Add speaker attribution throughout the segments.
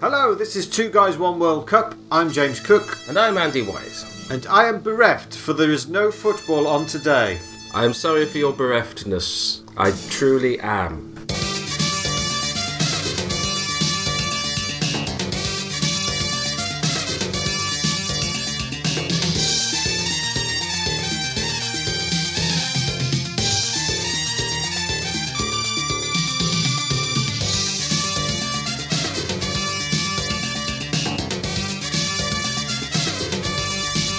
Speaker 1: Hello, this is Two Guys One World Cup. I'm James Cook,
Speaker 2: And I'm Andy Wise.
Speaker 1: and I am bereft, for there is no football on today.
Speaker 2: I am sorry for your bereftness. I truly am.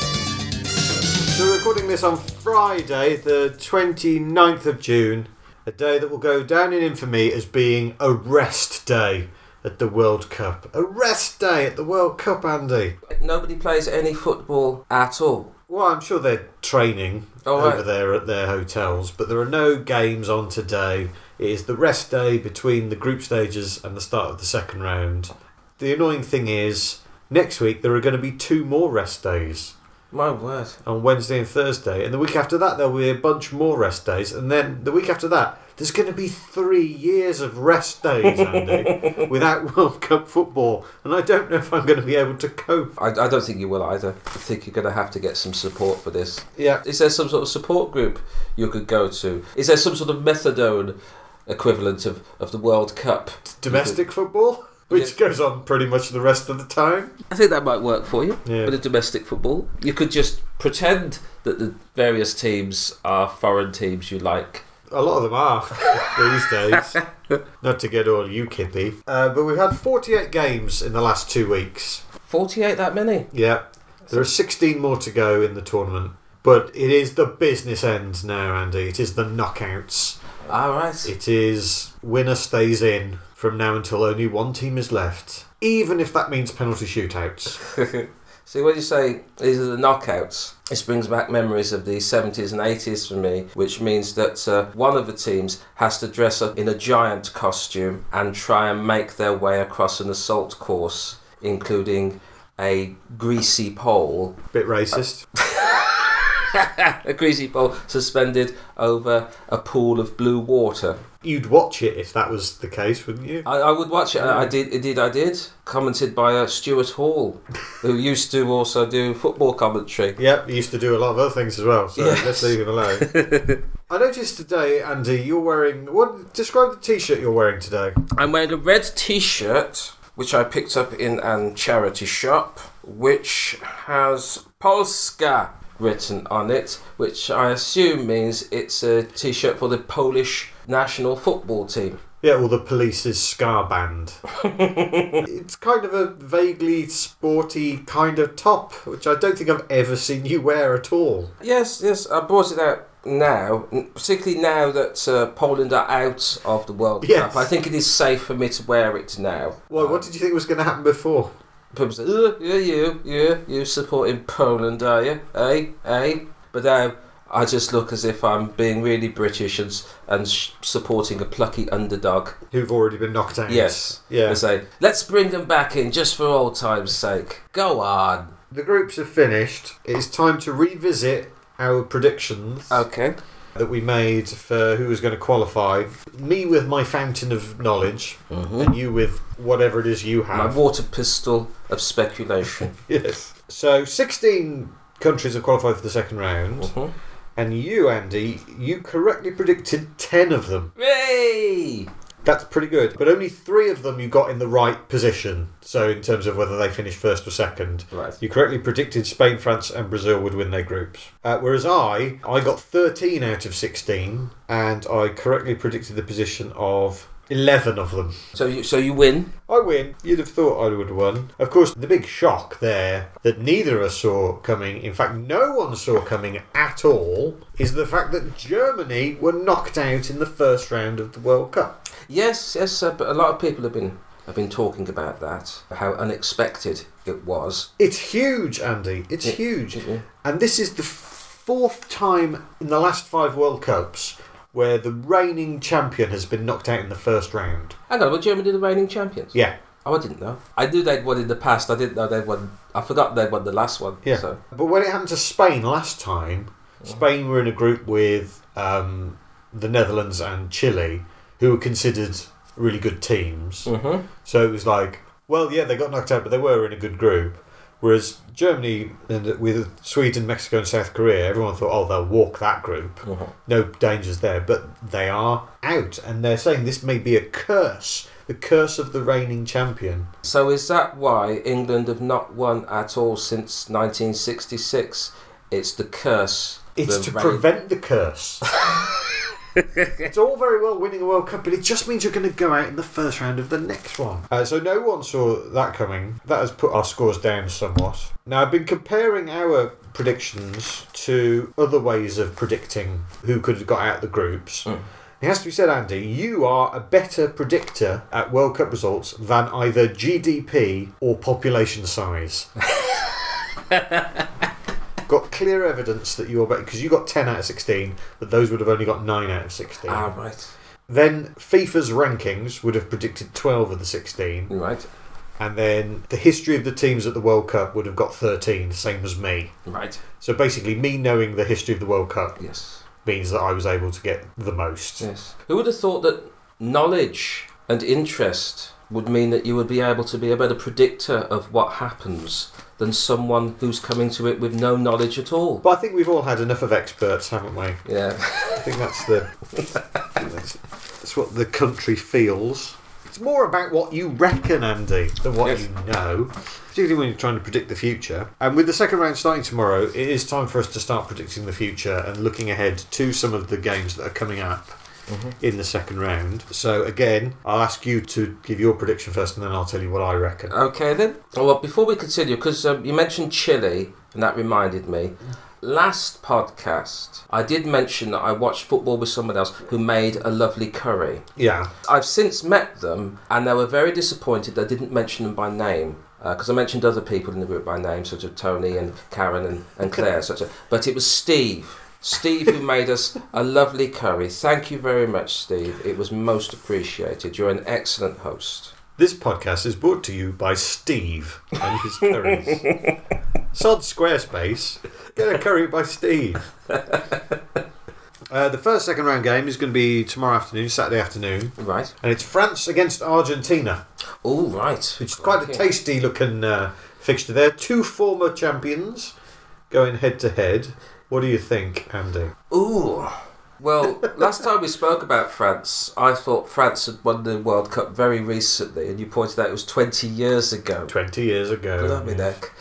Speaker 1: So we're recording this on Friday, the 29th of June, a day that will go down in infamy as being a rest day at the World Cup. A rest day at the World Cup, Andy.
Speaker 2: Nobody plays any football at all.
Speaker 1: Well, I'm sure they're training
Speaker 2: Oh,
Speaker 1: over
Speaker 2: right.
Speaker 1: there at their hotels, but there are no games on today. It is the rest day between the group stages and the start of the second round. The annoying thing is, next week there are going to be two more rest days
Speaker 2: My word.
Speaker 1: on Wednesday and Thursday, and the week after that there'll be a bunch more rest days, and then the week after that there's going to be three years of rest days, Andy, without World Cup football, and I don't know if I'm going to be able to cope.
Speaker 2: I, I don't think you will either. I think you're going to have to get some support for this.
Speaker 1: Yeah,
Speaker 2: Is there some sort of support group you could go to? Is there some sort of methadone equivalent of, of the World Cup?
Speaker 1: domestic football, which goes on pretty much the rest of the time.
Speaker 2: I think that might work for you.
Speaker 1: Yeah.
Speaker 2: Bit of domestic football. You could just pretend that the various teams are foreign teams you like.
Speaker 1: A lot of them are these days. Not to get all UKIPy. Uh, but we've had 48 games in the last two weeks.
Speaker 2: 48 that many?
Speaker 1: Yeah. There are 16 more to go in the tournament. But it is the business end now, Andy. It is the knockouts.
Speaker 2: All right.
Speaker 1: It is winner stays in from now until only one team is left. Even if that means penalty shootouts.
Speaker 2: See, when you say these are the knockouts, this brings back memories of the 70s and 80s for me, which means that uh, one of the teams has to dress up in a giant costume and try and make their way across an assault course, including a greasy pole,
Speaker 1: Bit racist.
Speaker 2: a greasy pole suspended over a pool of blue water.
Speaker 1: You'd watch it if that was the case, wouldn't you?
Speaker 2: I, I would watch it. I, I did. Indeed, I did. Commented by uh, Stuart Hall, who used to also do football commentary.
Speaker 1: Yep, he used to do a lot of other things as well, so
Speaker 2: Yes.
Speaker 1: let's leave him alone. I noticed today, Andy, you're wearing what? Describe the T-shirt you're wearing today.
Speaker 2: I'm wearing a red T-shirt, which I picked up in a charity shop, which has Polska written on it, which I assume means it's a T-shirt for the Polish national football team.
Speaker 1: Yeah, well, the police's scar band. it's kind of a vaguely sporty kind of top, which I don't think I've ever seen you wear at all.
Speaker 2: Yes, yes, I brought it out now, n- particularly now that uh, Poland are out of the World
Speaker 1: Yes.
Speaker 2: Cup. I think it is safe for me to wear it now.
Speaker 1: Well, what did you think was going to happen before?
Speaker 2: People say, "Ugh, yeah, you, you, you supporting Poland, are you? Eh, eh? But now I just look as if I'm being really British and s- and sh- supporting a plucky underdog.
Speaker 1: Who've already been knocked out?
Speaker 2: Yes.
Speaker 1: Yeah.
Speaker 2: They say, let's bring them back in just for old time's sake. Go on.
Speaker 1: The groups have finished. It's time to revisit our predictions.
Speaker 2: Okay.
Speaker 1: that we made for who was going to qualify. Me with my fountain of knowledge, and you with whatever it is you
Speaker 2: Mm-hmm. My
Speaker 1: have.
Speaker 2: water pistol of speculation.
Speaker 1: Yes. So 16 countries have qualified for the second round,
Speaker 2: Mhm.
Speaker 1: and you, Andy, you correctly predicted 10 of them.
Speaker 2: Yay!
Speaker 1: That's pretty good. But only three of them you got in the right position. So, in terms of whether they finished first or second.
Speaker 2: Right.
Speaker 1: You correctly predicted Spain, France, and Brazil would win their groups. Uh, whereas I, I got 13 out of 16, and I correctly predicted the position of 11 of them.
Speaker 2: So you, so you win.
Speaker 1: I win. You'd have thought I would have won. Of course, the big shock there that neither of us saw coming, in fact, no one saw coming at all, is the fact that Germany were knocked out in the first round of the World Cup.
Speaker 2: Yes, yes, uh, but a lot of people have been have been talking about that, how unexpected it was.
Speaker 1: It's huge, Andy. It's
Speaker 2: Yeah.
Speaker 1: huge. And this is the fourth time in the last five World Cups where the reigning champion has been knocked out in the first round.
Speaker 2: Hang on, were Germany the reigning champions?
Speaker 1: Yeah.
Speaker 2: Oh, I didn't know. I knew they'd won in the past. I didn't know they'd won. I forgot they'd won the last one.
Speaker 1: Yeah.
Speaker 2: So.
Speaker 1: But when it happened to Spain last time, Spain were in a group with um, the Netherlands and Chile, who were considered really good teams.
Speaker 2: Mm-hmm.
Speaker 1: So it was like, Well, yeah, they got knocked out, but they were in a good group. Whereas Germany, and with Sweden, Mexico, and South Korea, everyone thought, oh, they'll walk that group.
Speaker 2: mm-hmm.
Speaker 1: No dangers there, but they are out. And they're saying this may be a curse the curse of the reigning champion.
Speaker 2: So is that why England have not won at all since 1966? It's the curse.
Speaker 1: It's
Speaker 2: the
Speaker 1: to
Speaker 2: reign-
Speaker 1: prevent the curse. it's all very well winning a World Cup, but it just means you're going to go out in the first round of the next one. Uh, so no one saw that coming. That has put our scores down somewhat. Now I've been comparing our predictions to other ways of predicting who could have got out the groups. It has to be said, Andy, you are a better predictor at World Cup results than either GDP or population size. got clear evidence that you are better because you got 10 out of 16, but those would have only got 9 out of 16.
Speaker 2: Ah, right.
Speaker 1: Then FIFA's rankings would have predicted 12 of the 16,
Speaker 2: Right.
Speaker 1: and then the history of the teams at the World Cup would have got 13, same as me.
Speaker 2: Right.
Speaker 1: So basically, me knowing the history of the World Cup
Speaker 2: Yes.
Speaker 1: means that I was able to get the most.
Speaker 2: Yes. Who would have thought that knowledge and interest would mean that you would be able to be a better predictor of what happens than someone who's come into it with no knowledge at all?
Speaker 1: But I think we've all had enough of experts, haven't we?
Speaker 2: Yeah.
Speaker 1: I think that's the that's, that's what the country feels. It's more about what you reckon, Andy, than what
Speaker 2: Yes.
Speaker 1: you know, particularly when you're trying to predict the future. And with the second round starting tomorrow, it is time for us to start predicting the future and looking ahead to some of the games that are coming up. In the second round. So, again, I'll ask you to give your prediction first and then I'll tell you what I reckon.
Speaker 2: Okay then. Oh, Well, before we continue, because um, you mentioned Chile, and that reminded me. Last podcast, I did mention that I watched football with someone else who made a lovely curry.
Speaker 1: Yeah.
Speaker 2: I've since met them, and they were very disappointed they didn't mention them by name. Because I mentioned other people in the group by name, such as Tony and Karen and, and Claire, such a, but it was Steve. Steve, who made us a lovely curry. Thank you very much, Steve. It was most appreciated. You're an excellent host.
Speaker 1: This podcast is brought to you by Steve and his curries. Sod Squarespace. Get a curry by Steve. Uh, the first second round game is going to be tomorrow afternoon, Saturday afternoon,
Speaker 2: Right.
Speaker 1: and it's France against Argentina,
Speaker 2: All right.
Speaker 1: which is quite a
Speaker 2: Crikey.
Speaker 1: tasty looking uh, fixture there. Two former champions going head to head. What do you think, Andy?
Speaker 2: Ooh. Well, last time we spoke about France, I thought France had won the World Cup very recently, and you pointed out it was 20 years ago.
Speaker 1: 20 years ago.
Speaker 2: Blimey, Nick.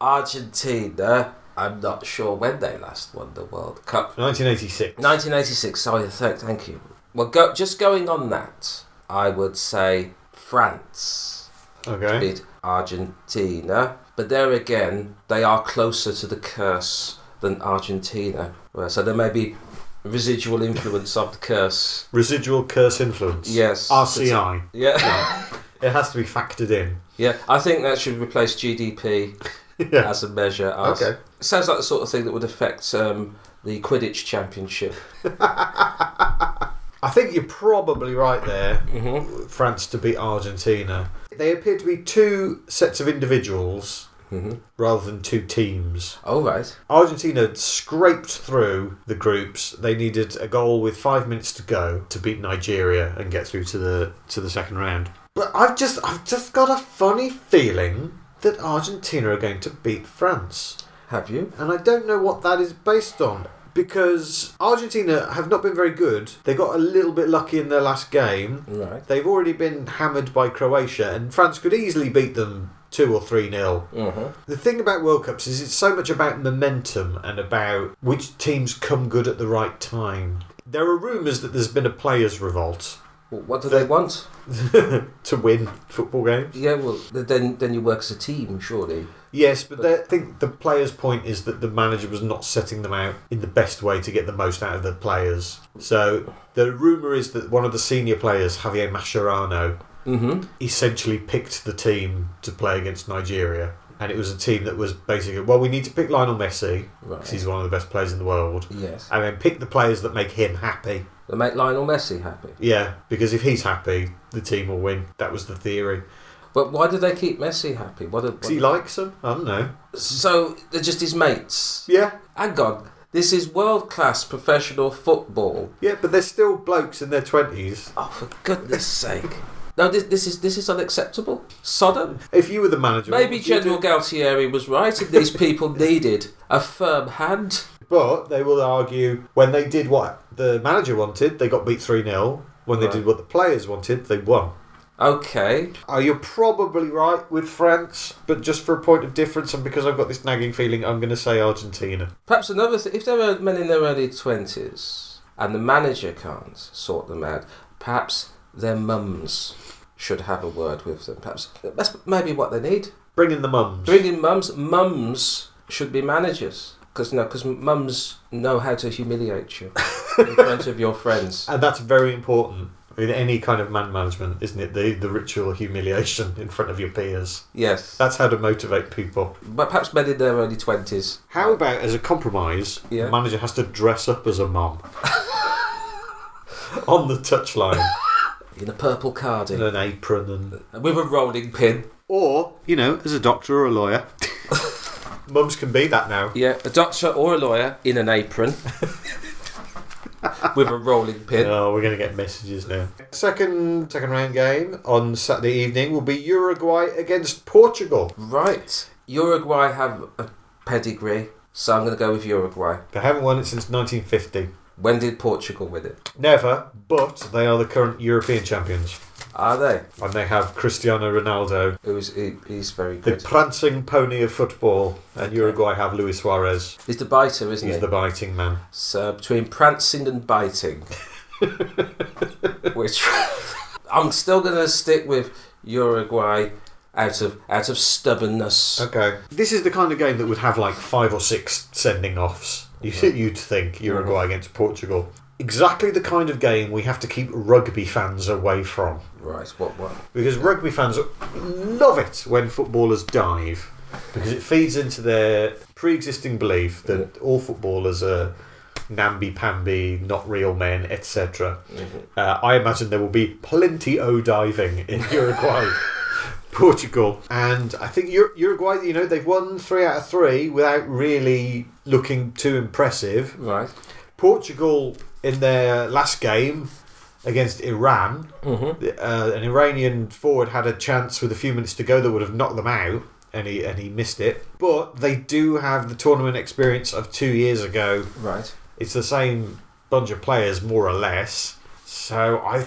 Speaker 2: Argentina, I'm not sure when they last won the World Cup.
Speaker 1: 1986.
Speaker 2: 1986, sorry, thank, thank you. Well, go, just going on that, I would say France
Speaker 1: Okay.
Speaker 2: beat Argentina. But there again, they are closer to the curse than Argentina. Well, So there may be residual influence of the curse.
Speaker 1: Residual curse influence.
Speaker 2: Yes.
Speaker 1: RCI.
Speaker 2: Yeah.
Speaker 1: It has to be factored in.
Speaker 2: Yeah. I think that should replace GDP
Speaker 1: Yeah.
Speaker 2: as a measure. As,
Speaker 1: Okay.
Speaker 2: It sounds like the sort of thing that would affect um, the Quidditch Championship.
Speaker 1: I think you're probably right there.
Speaker 2: Mm-hmm.
Speaker 1: France to beat Argentina. They appear to be two sets of individuals
Speaker 2: Mm-hmm.
Speaker 1: rather than two teams.
Speaker 2: All right.
Speaker 1: Argentina scraped through the groups. They needed a goal with five minutes to go to beat Nigeria and get through to the to the second round. But I've just I've just got a funny feeling that Argentina are going to beat France.
Speaker 2: Have you?
Speaker 1: and I don't know what that is based on because Argentina have not been very good. They got a little bit lucky in their last game.
Speaker 2: Right.
Speaker 1: They've already been hammered by Croatia, and France could easily beat them two or three nil.
Speaker 2: Mm-hmm.
Speaker 1: The thing about World Cups is it's so much about momentum and about which teams come good at the right time. There are rumours that there's been a players' revolt
Speaker 2: What do
Speaker 1: They-
Speaker 2: they want?
Speaker 1: to win football games.
Speaker 2: Yeah. Well, th- then then you work as a team, surely.
Speaker 1: Yes, but they- I think the players' point is that the manager was not setting them out in the best way to get the most out of the players. So the rumour is that one of the senior players, Javier Mascherano,
Speaker 2: Mm-hmm.
Speaker 1: essentially picked the team to play against Nigeria. And it was a team that was basically, well, we need to pick Lionel Messi because
Speaker 2: Right.
Speaker 1: he's one of the best players in the world.
Speaker 2: Yes.
Speaker 1: And then pick the players that make him happy.
Speaker 2: They make Lionel Messi happy.
Speaker 1: Yeah, because if he's happy, the team will win. That was the theory.
Speaker 2: But why do they keep Messi happy? What? Are,
Speaker 1: 'Cause he
Speaker 2: what
Speaker 1: likes them? I don't know.
Speaker 2: so they're just his mates.
Speaker 1: Yeah,
Speaker 2: And God, this is world class professional football.
Speaker 1: yeah, but they're still blokes in their 20s.
Speaker 2: Oh, for goodness sake. No, this, this is this is unacceptable. Sodom.
Speaker 1: If you were the manager, what
Speaker 2: Maybe
Speaker 1: would you
Speaker 2: General
Speaker 1: do?
Speaker 2: Galtieri was right, and these people needed a firm hand.
Speaker 1: But they will argue when they did what the manager wanted, they got beat 3 0. When they
Speaker 2: Right.
Speaker 1: did what the players wanted, they won.
Speaker 2: Okay.
Speaker 1: Oh, you're probably right with France, but just for a point of difference, and because I've got this nagging feeling, I'm going to say Argentina.
Speaker 2: Perhaps another thing, if there are men in their early 20s and the manager can't sort them out, perhaps their mums should have a word with them. Perhaps that's maybe what they need.
Speaker 1: Bring in the mums.
Speaker 2: Bring in mums. Mums should be managers. Because no, 'cause mums know how to humiliate you in front of your friends.
Speaker 1: And that's very important in any kind of man management, isn't it? The, the ritual humiliation in front of your peers.
Speaker 2: Yes.
Speaker 1: That's how to motivate people.
Speaker 2: But perhaps men in their early 20s.
Speaker 1: How about, as a compromise,
Speaker 2: Yeah.
Speaker 1: the manager has to dress up as a mum on the touchline
Speaker 2: In a purple
Speaker 1: in
Speaker 2: cardigan.
Speaker 1: an apron and
Speaker 2: With a rolling pin.
Speaker 1: Or, you know, as a doctor or a lawyer. Mums can be that now.
Speaker 2: Yeah, a doctor or a lawyer in an apron. with a rolling pin.
Speaker 1: Oh, we're going to get messages now. Second second round game on Saturday evening will be Uruguay against Portugal.
Speaker 2: Right. Uruguay have a pedigree, so I'm going to go with Uruguay.
Speaker 1: They haven't won it since 1950.
Speaker 2: When did Portugal win it?
Speaker 1: Never, but they are the current European champions.
Speaker 2: Are they?
Speaker 1: And they have Cristiano Ronaldo,
Speaker 2: Ah, It was, he, he's very
Speaker 1: the
Speaker 2: good.
Speaker 1: prancing pony of football, and Uruguay have Luis Suarez.
Speaker 2: He's the biter, isn't
Speaker 1: He's
Speaker 2: he?
Speaker 1: the biting man.
Speaker 2: So between prancing and biting, which I'm still going to stick with Uruguay out of out of stubbornness.
Speaker 1: Okay. This is the kind of game that would have like five or six sending offs. You, You'd think Uruguay against Portugal. Exactly the kind of game we have to keep rugby fans away from.
Speaker 2: Right. What? What?
Speaker 1: Because rugby fans love it when footballers dive. Because it feeds into their pre existing belief that all footballers are namby pamby, not real men, etc. Uh, I imagine there will be plenty o diving in Uruguay, Portugal, and I think Ur- Uruguay. You know they've won three out of three without really looking too impressive.
Speaker 2: Right.
Speaker 1: Portugal in their last game against Iran,
Speaker 2: mm-hmm.
Speaker 1: uh, an Iranian forward had a chance with a few minutes to go that would have knocked them out, and he and he missed it. But they do have the tournament experience of two years ago
Speaker 2: Right.
Speaker 1: it's the same bunch of players more or less. So I,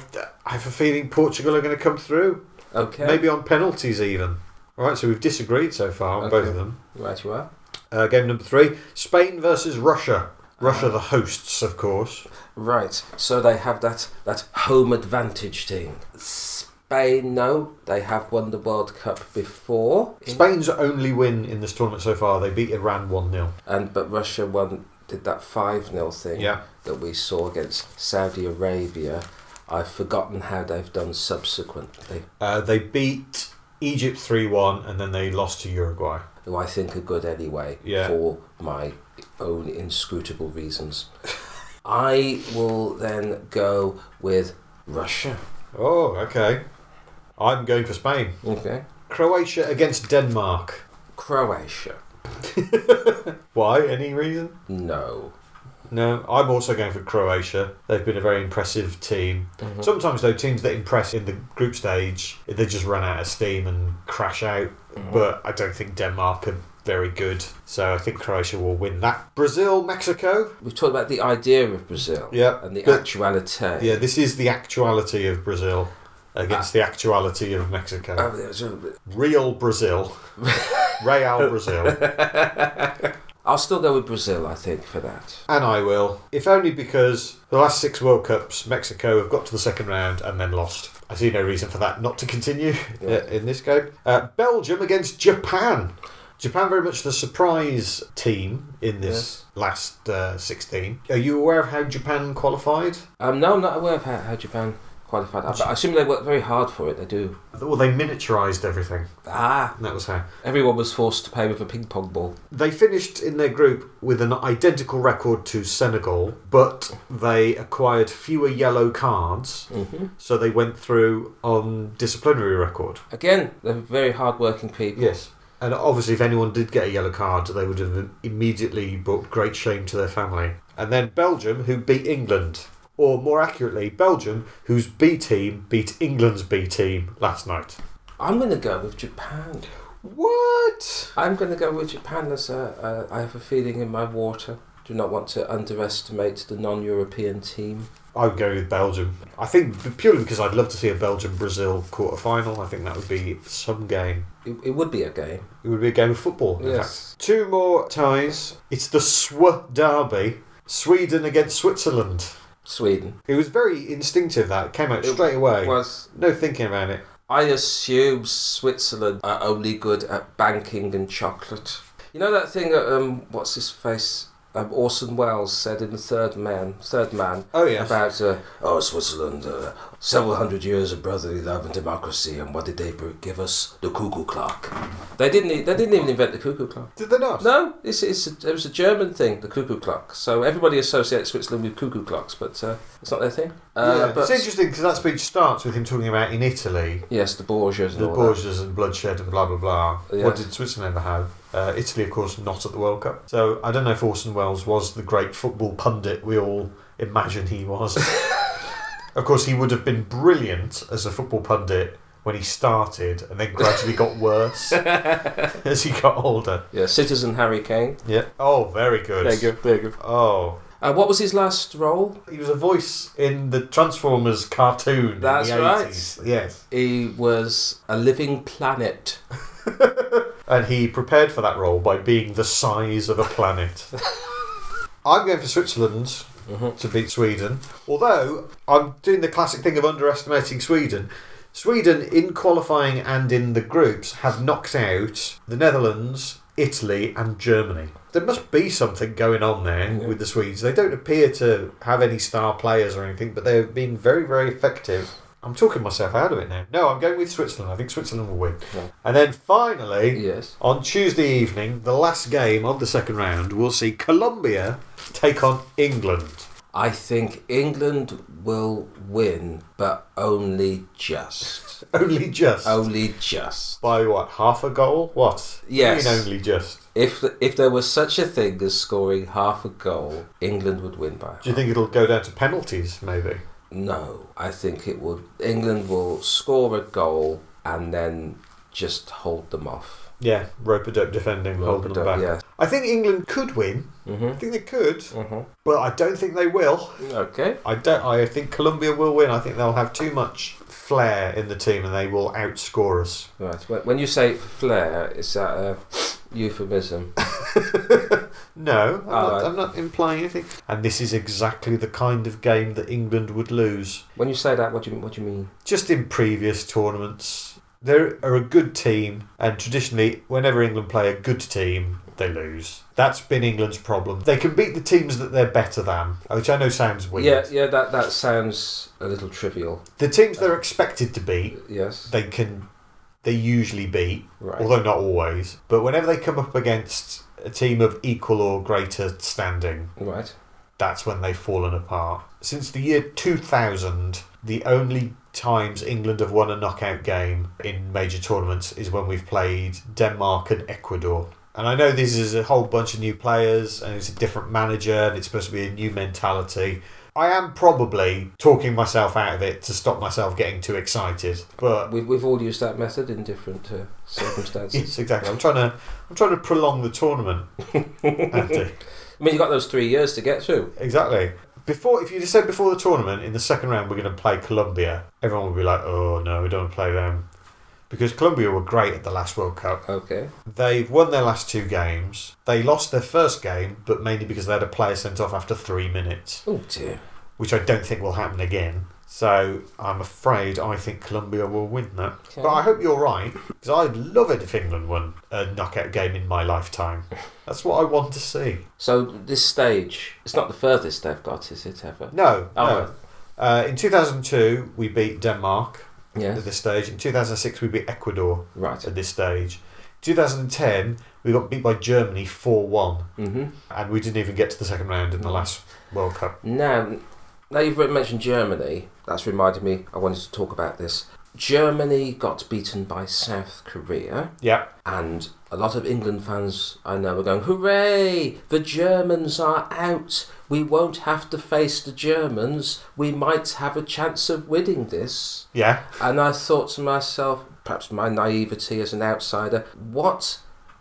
Speaker 1: I have a feeling Portugal are going to come through,
Speaker 2: Okay.
Speaker 1: maybe on penalties even. All right, so we've disagreed so far on both of
Speaker 2: Okay.
Speaker 1: them.
Speaker 2: Right. You are.
Speaker 1: Uh, game number three: Spain versus Russia. Russia, the hosts, of course.
Speaker 2: Right. So they have that that home advantage thing. Spain, no, they have won the World Cup before,
Speaker 1: Spain's only win in this tournament so far. They beat Iran one 0
Speaker 2: and but Russia won did that five 0 thing
Speaker 1: Yeah.
Speaker 2: that we saw against Saudi Arabia. I've forgotten how they've done subsequently,
Speaker 1: Uh, they beat Egypt three one, and then they lost to Uruguay.
Speaker 2: who I think are good anyway
Speaker 1: Yeah.
Speaker 2: for my own inscrutable reasons. I will then go with Russia.
Speaker 1: Oh, okay. I'm going for Spain.
Speaker 2: Okay.
Speaker 1: Croatia against Denmark.
Speaker 2: Croatia.
Speaker 1: Why? Any reason?
Speaker 2: No.
Speaker 1: No, I'm also going for Croatia. They've been a very impressive team. Sometimes, though, teams that impress in the group stage, they just run out of steam and crash out. But I don't think Denmark are very good. So I think Croatia will win that. Brazil, Mexico.
Speaker 2: We've talked about the idea of Brazil
Speaker 1: Yeah.
Speaker 2: and the
Speaker 1: But-
Speaker 2: actuality.
Speaker 1: Yeah, this is the actuality of Brazil against the actuality of Mexico.
Speaker 2: Oh, there's a-
Speaker 1: Real Brazil. Real Brazil.
Speaker 2: I'll still go with Brazil, I think, for that.
Speaker 1: And I will. If only because the last six World Cups, Mexico have got to the second round and then lost. I see no reason for that not to continue
Speaker 2: Yeah.
Speaker 1: uh, in this game. Uh, Belgium against Japan. Japan very much the surprise team in this last uh, 16. Are you aware of how Japan qualified?
Speaker 2: Um, no, I'm not aware of how, how Japan qualified. I, I assume they worked very hard for it. They do.
Speaker 1: Well, they miniaturised everything.
Speaker 2: Ah,
Speaker 1: That was how.
Speaker 2: everyone was forced to play with a ping pong ball.
Speaker 1: They finished in their group with an identical record to Senegal, but they acquired fewer yellow cards, so they went through on disciplinary record.
Speaker 2: Again, they're very hard-working people.
Speaker 1: Yes. And obviously, if anyone did get a yellow card, they would have immediately brought great shame to their family. And then Belgium, who beat England. or more accurately, Belgium, whose B team beat England's B team last night.
Speaker 2: I'm going to go with Japan.
Speaker 1: What?
Speaker 2: I'm going to go with Japan as a, a, I have a feeling in my water. Do not want to underestimate the non European team.
Speaker 1: I would go with Belgium. I think purely because I'd love to see a Belgium Brazil quarter final. I think that would be some game.
Speaker 2: It, it would be a game.
Speaker 1: It would be a game of football. In
Speaker 2: Yes.
Speaker 1: fact. Two more ties. It's the Sw derby. Sweden against Switzerland.
Speaker 2: Sweden.
Speaker 1: It was very instinctive that it came out
Speaker 2: It
Speaker 1: straight away.
Speaker 2: Was
Speaker 1: No thinking about it.
Speaker 2: I assume Switzerland are only good at banking and chocolate. You know that thing that um, what's his face? Um, Orson Welles said in the Third Man, Third Man,
Speaker 1: Oh yes.
Speaker 2: about uh, oh Switzerland, uh, several hundred years of brotherly love and democracy, and what did they br- give us? The cuckoo clock. They didn't. e- They didn't even invent the cuckoo clock.
Speaker 1: Did they not?
Speaker 2: No, it's, it's a, it was a German thing, the cuckoo clock. So everybody associates Switzerland with cuckoo clocks, but uh, it's not their thing. Uh,
Speaker 1: Yeah.
Speaker 2: But
Speaker 1: It's interesting because that speech starts with him talking about in Italy
Speaker 2: yes, the Borgias and
Speaker 1: the
Speaker 2: all
Speaker 1: Borgias and bloodshed and blah blah blah.
Speaker 2: Yeah.
Speaker 1: What did Switzerland ever have? Uh, Italy, of course, not at the World Cup. So I don't know if Orson Welles was the great football pundit we all imagine he was. of course, he would have been brilliant as a football pundit when he started, and then gradually got worse as he got older.
Speaker 2: that. Yeah, Citizen Harry Kane.
Speaker 1: Yeah. Oh, very good.
Speaker 2: there you go.
Speaker 1: Oh,
Speaker 2: Uh, what was his last role?
Speaker 1: he was a voice in the Transformers cartoon.
Speaker 2: That's
Speaker 1: in the
Speaker 2: right.
Speaker 1: 80s. Yes.
Speaker 2: He was a living planet.
Speaker 1: And he prepared for that role by being the size of a planet. I'm going for Switzerland to beat Sweden. Although I'm doing the classic thing of underestimating Sweden. Sweden, in qualifying and in the groups, have knocked out the Netherlands, Italy, and Germany. There must be something going on there
Speaker 2: Yeah.
Speaker 1: with the Swedes. They don't appear to have any star players or anything, but they've been very, very effective. I'm talking myself out of it now. No, I'm going with Switzerland. I think Switzerland will win.
Speaker 2: Yeah.
Speaker 1: And then finally,
Speaker 2: Yes.
Speaker 1: on Tuesday evening, the last game of the second round, we'll see Colombia take on England.
Speaker 2: I think England will win, but only just.
Speaker 1: Only just.
Speaker 2: only just.
Speaker 1: By what? Half a goal? What?
Speaker 2: Yes.
Speaker 1: You mean only just.
Speaker 2: If if there was such a thing as scoring half a goal, England would win by.
Speaker 1: Do you think it'll go down to penalties, maybe?
Speaker 2: No, I think it would. England will score a goal and then just hold them off.
Speaker 1: Yeah, rope a dope defending, holding them back.
Speaker 2: Yeah.
Speaker 1: I think England could win. I think they could,
Speaker 2: Mm-hmm.
Speaker 1: but I don't think they will.
Speaker 2: Okay.
Speaker 1: I don't. I think Colombia will win. I think they'll have too much flair in the team and they will outscore us.
Speaker 2: Right. When when you say flair, is that a euphemism?
Speaker 1: No, I'm, not,
Speaker 2: Alright.
Speaker 1: I'm not implying anything. And this is exactly the kind of game that England would lose.
Speaker 2: When you say that, what do you what do you mean?
Speaker 1: Just in previous tournaments, they are a good team, and traditionally, whenever England play a good team, they lose. That's been England's problem. They can beat the teams that they're better than, which I know sounds weird.
Speaker 2: Yeah, yeah. That that sounds a little trivial.
Speaker 1: The teams they're expected to beat,
Speaker 2: Yes.
Speaker 1: they can, they usually beat.
Speaker 2: Right.
Speaker 1: although not always. But whenever they come up against a team of equal or greater standing,
Speaker 2: right.
Speaker 1: that's when they've fallen apart. Since the year 2000, the only times England have won a knockout game in major tournaments is when we've played Denmark and Ecuador. And I know this is a whole bunch of new players and it's a different manager and it's supposed to be a new mentality. I am probably talking myself out of it to stop myself getting too excited. But
Speaker 2: We've we've all used that method in different uh, circumstances.
Speaker 1: Yes, exactly. I'm trying to I'm trying to prolong the tournament. Andy.
Speaker 2: I mean, you got those three years to get through.
Speaker 1: Exactly. Before, if you just said before the tournament in the second round we're going to play Colombia, everyone would be like, "Oh no, we don't want to play them," because Colombia were great at the last World Cup.
Speaker 2: Okay.
Speaker 1: They've won their last two games. They lost their first game, but mainly because they had a player sent off after three minutes,
Speaker 2: Oh dear.
Speaker 1: which I don't think will happen again. So I'm afraid I think Colombia will win that.
Speaker 2: Okay.
Speaker 1: But I hope you're right, because I'd love it if England won a knockout game in my lifetime. That's what I want to see.
Speaker 2: So this stage, it's not the furthest they've got, is it ever?
Speaker 1: No,
Speaker 2: Oh,
Speaker 1: no. Uh, in 2002, we beat Denmark
Speaker 2: Yeah.
Speaker 1: at this stage. In 2006, we beat Ecuador
Speaker 2: Right.
Speaker 1: at this stage. 2010, we got beat by Germany 4 1,
Speaker 2: Mm-hmm.
Speaker 1: and we didn't even get to the second round in the
Speaker 2: Mm.
Speaker 1: last World Cup.
Speaker 2: Now, now you've mentioned Germany. That's reminded me. I wanted to talk about this. Germany got beaten by South Korea,
Speaker 1: Yeah.
Speaker 2: and a lot of England fans I know are going, Hooray! The Germans are out! We won't have to face the Germans. We might have a chance of winning this.
Speaker 1: Yeah.
Speaker 2: And I thought to myself, perhaps my naivety as an outsider, what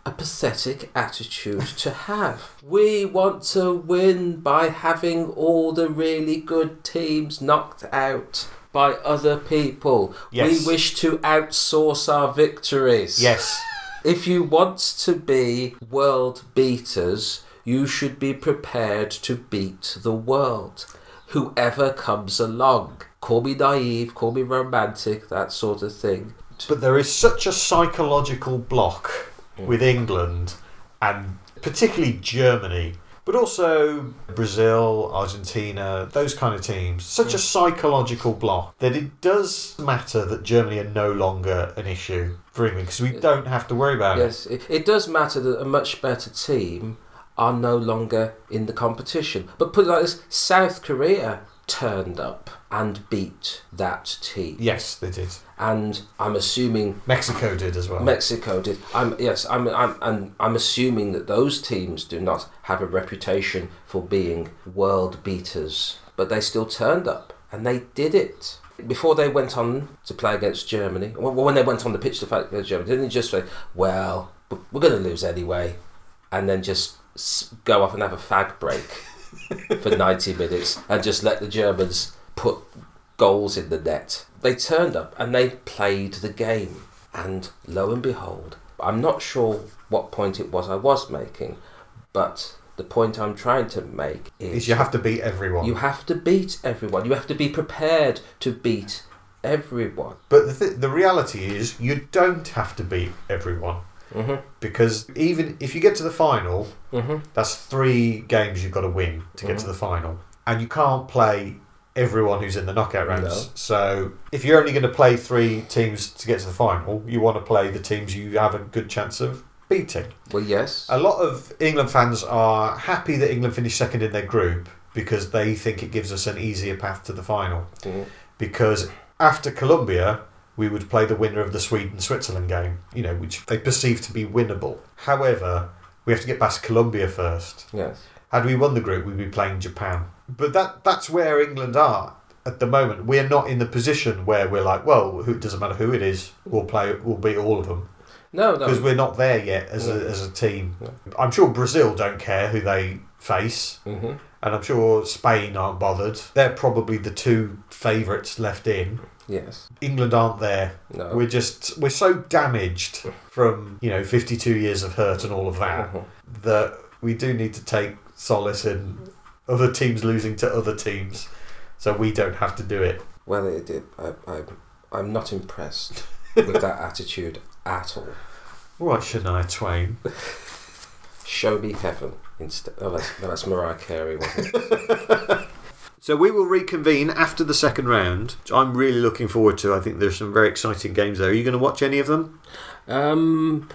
Speaker 2: a pathetic attitude to have. We want to win by having all the really good teams knocked out by other people.
Speaker 1: Yes.
Speaker 2: We wish to outsource our victories.
Speaker 1: Yes.
Speaker 2: If you want to be world beaters, you should be prepared to beat the world. Whoever comes along. Call me naive, call me romantic, that sort of thing.
Speaker 1: But there is such a psychological block with England and particularly Germany, but also Brazil, Argentina, those kind of teams. Such a psychological block that it does matter that Germany are no longer an issue for England because we don't have to worry about it.
Speaker 2: Yes, it, it does matter that a much better team are no longer in the competition. But put it like this South Korea turned up and beat that team.
Speaker 1: Yes, they did.
Speaker 2: And I'm assuming
Speaker 1: Mexico did as well.
Speaker 2: Mexico did. I'm yes. I'm I'm and I'm assuming that those teams do not have a reputation for being world beaters, but they still turned up and they did it. Before they went on to play against Germany, well, when they went on the pitch to play against Germany, didn't they just say, "Well, we're going to lose anyway," and then just s- go off and have a fag break for ninety minutes and just let the Germans put goals in the net. They turned up and they played the game. And lo and behold, I'm not sure what point it was I was making, but the point I'm trying to make
Speaker 1: Is
Speaker 2: is
Speaker 1: you have to beat everyone.
Speaker 2: you have to beat everyone. You have to be prepared to beat everyone.
Speaker 1: But the, th- the reality is, you don't have to beat everyone.
Speaker 2: Mhm.
Speaker 1: Mm-hmm. Because even if you get to the final,
Speaker 2: Mhm.
Speaker 1: that's three games you've got to win to get to the final. And you can't play everyone who's in the knockout rounds.
Speaker 2: No.
Speaker 1: So if you're only going to play three teams to get to the final, you want to play the teams you have a good chance of beating.
Speaker 2: Well, yes.
Speaker 1: A lot of England fans are happy that England finished second in their group because they think it gives us an easier path to the final
Speaker 2: Mm.
Speaker 1: because after Colombia, we would play the winner of the Sweden Switzerland game, you know, which they perceive to be winnable. However, we have to get past Colombia first.
Speaker 2: Yes.
Speaker 1: Had we won the group, we'd be playing Japan. But that that's where England are at the moment. We're not in the position where we're like, well, who, it doesn't matter who it is, we'll play, we'll beat all of them
Speaker 2: No,
Speaker 1: because
Speaker 2: no.
Speaker 1: we're not there yet as a,
Speaker 2: No.
Speaker 1: as a team.
Speaker 2: No.
Speaker 1: I'm sure Brazil don't care who they face.
Speaker 2: hmm
Speaker 1: And I'm sure Spain aren't bothered. They're probably the two favourites left in.
Speaker 2: Yes.
Speaker 1: England aren't there.
Speaker 2: No.
Speaker 1: We're just we're so damaged from you know 52 years of hurt and all of that
Speaker 2: Mhm.
Speaker 1: that we do need to take solace in other teams losing to other teams, so we don't have to do it.
Speaker 2: Well, it did. I, I, I'm not impressed with that attitude at all.
Speaker 1: Right, Shania Twain.
Speaker 2: Show me heaven instead. Oh, that's, no, that's Mariah Carey, wasn't it?
Speaker 1: So we will reconvene after the second round, which I'm really looking forward to. I think there's some very exciting games there. Are you going to watch any of them?
Speaker 2: um,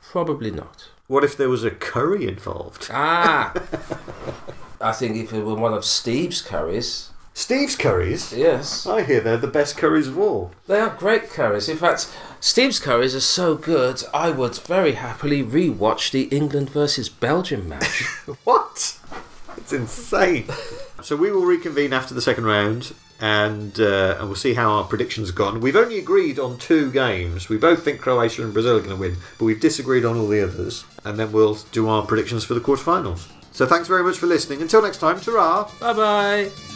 Speaker 2: probably not.
Speaker 1: What if there was a curry involved?
Speaker 2: Ah! I think if it were one of Steve's curries,
Speaker 1: Steve's curries.
Speaker 2: yes.
Speaker 1: I hear they're the best curries of all.
Speaker 2: They are great curries. In fact, Steve's curries are so good, I would very happily re watch the England versus Belgium match.
Speaker 1: What? It's insane. so we will reconvene after the second round, and uh, and we'll see how our predictions have gone. We've only agreed on two games. We both think Croatia and Brazil are going to win, but we've disagreed on all the others. And then we'll do our predictions for the quarterfinals. So thanks very much for listening. Until next time, ta
Speaker 2: bye bye!